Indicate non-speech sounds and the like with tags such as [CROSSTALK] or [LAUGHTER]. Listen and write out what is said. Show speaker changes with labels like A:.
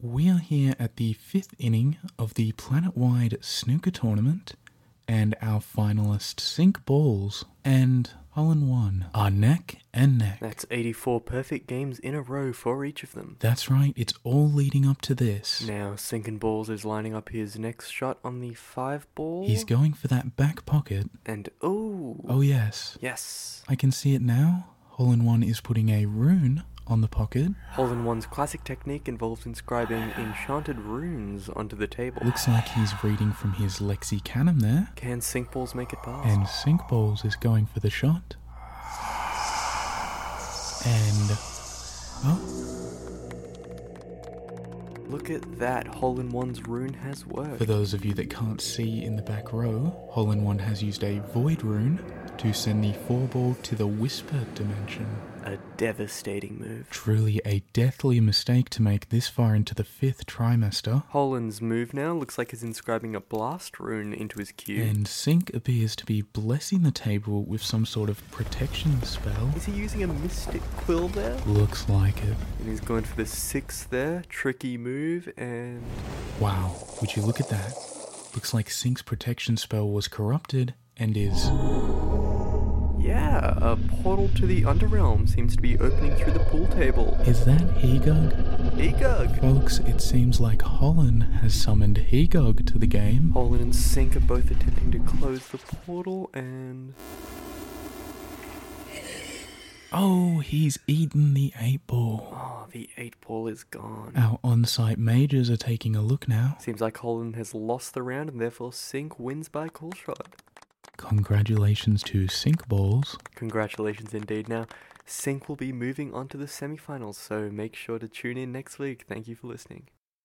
A: We are here at the fifth inning of the planet wide snooker tournament, and our finalists sink balls, and Holland won. Are neck and neck.
B: That's 84 perfect games in a row for each of them.
A: That's right, it's all leading up to this.
B: Now, Sinkin Balls is lining up his next shot on the five ball.
A: He's going for that back pocket.
B: And ooh.
A: Oh, yes.
B: Yes.
A: I can see it now. Hole in One is putting a rune on the pocket.
B: Hole in One's classic technique involves
A: [SIGHS]
B: inscribing enchanted runes onto the table.
A: Looks like he's reading from his lexicanum there.
B: Can Sink Balls make it past?
A: And Sink Balls is going for the shot. And. Oh,
B: Look at that. Hole in One's rune has worked.
A: for those of you that can't see in the back row, Hole in One has used a void rune to send the four ball to the whisper dimension.
B: A devastating move.
A: Truly a deathly mistake to make this far into the fifth trimester.
B: Holland's move now looks like he's inscribing a blast rune into his cube.
A: And Sink appears to be blessing the table with some sort of protection spell.
B: Is he using a mystic quill there?
A: Looks like it.
B: And he's going for the six there. Tricky move, and
A: Wow, would you look at that? Looks like Sink's protection spell was corrupted and is.
B: yeah, a portal to the underrealm seems to be opening through the pool table.
A: Is that Hegog?
B: Egug!
A: Folks, it seems like Holland has summoned Hegog to the game.
B: Holland and Sink are both attempting to close the portal, and
A: Oh, he's eaten the eight ball.
B: oh, the eight ball is gone.
A: Our on site mages are taking a look now.
B: Seems like Holland has lost the round, and therefore Sink wins by call shot.
A: Congratulations to Sink Balls.
B: Congratulations indeed. Now, Sync will be moving on to the semifinals, so make sure to tune in next week. Thank you for listening.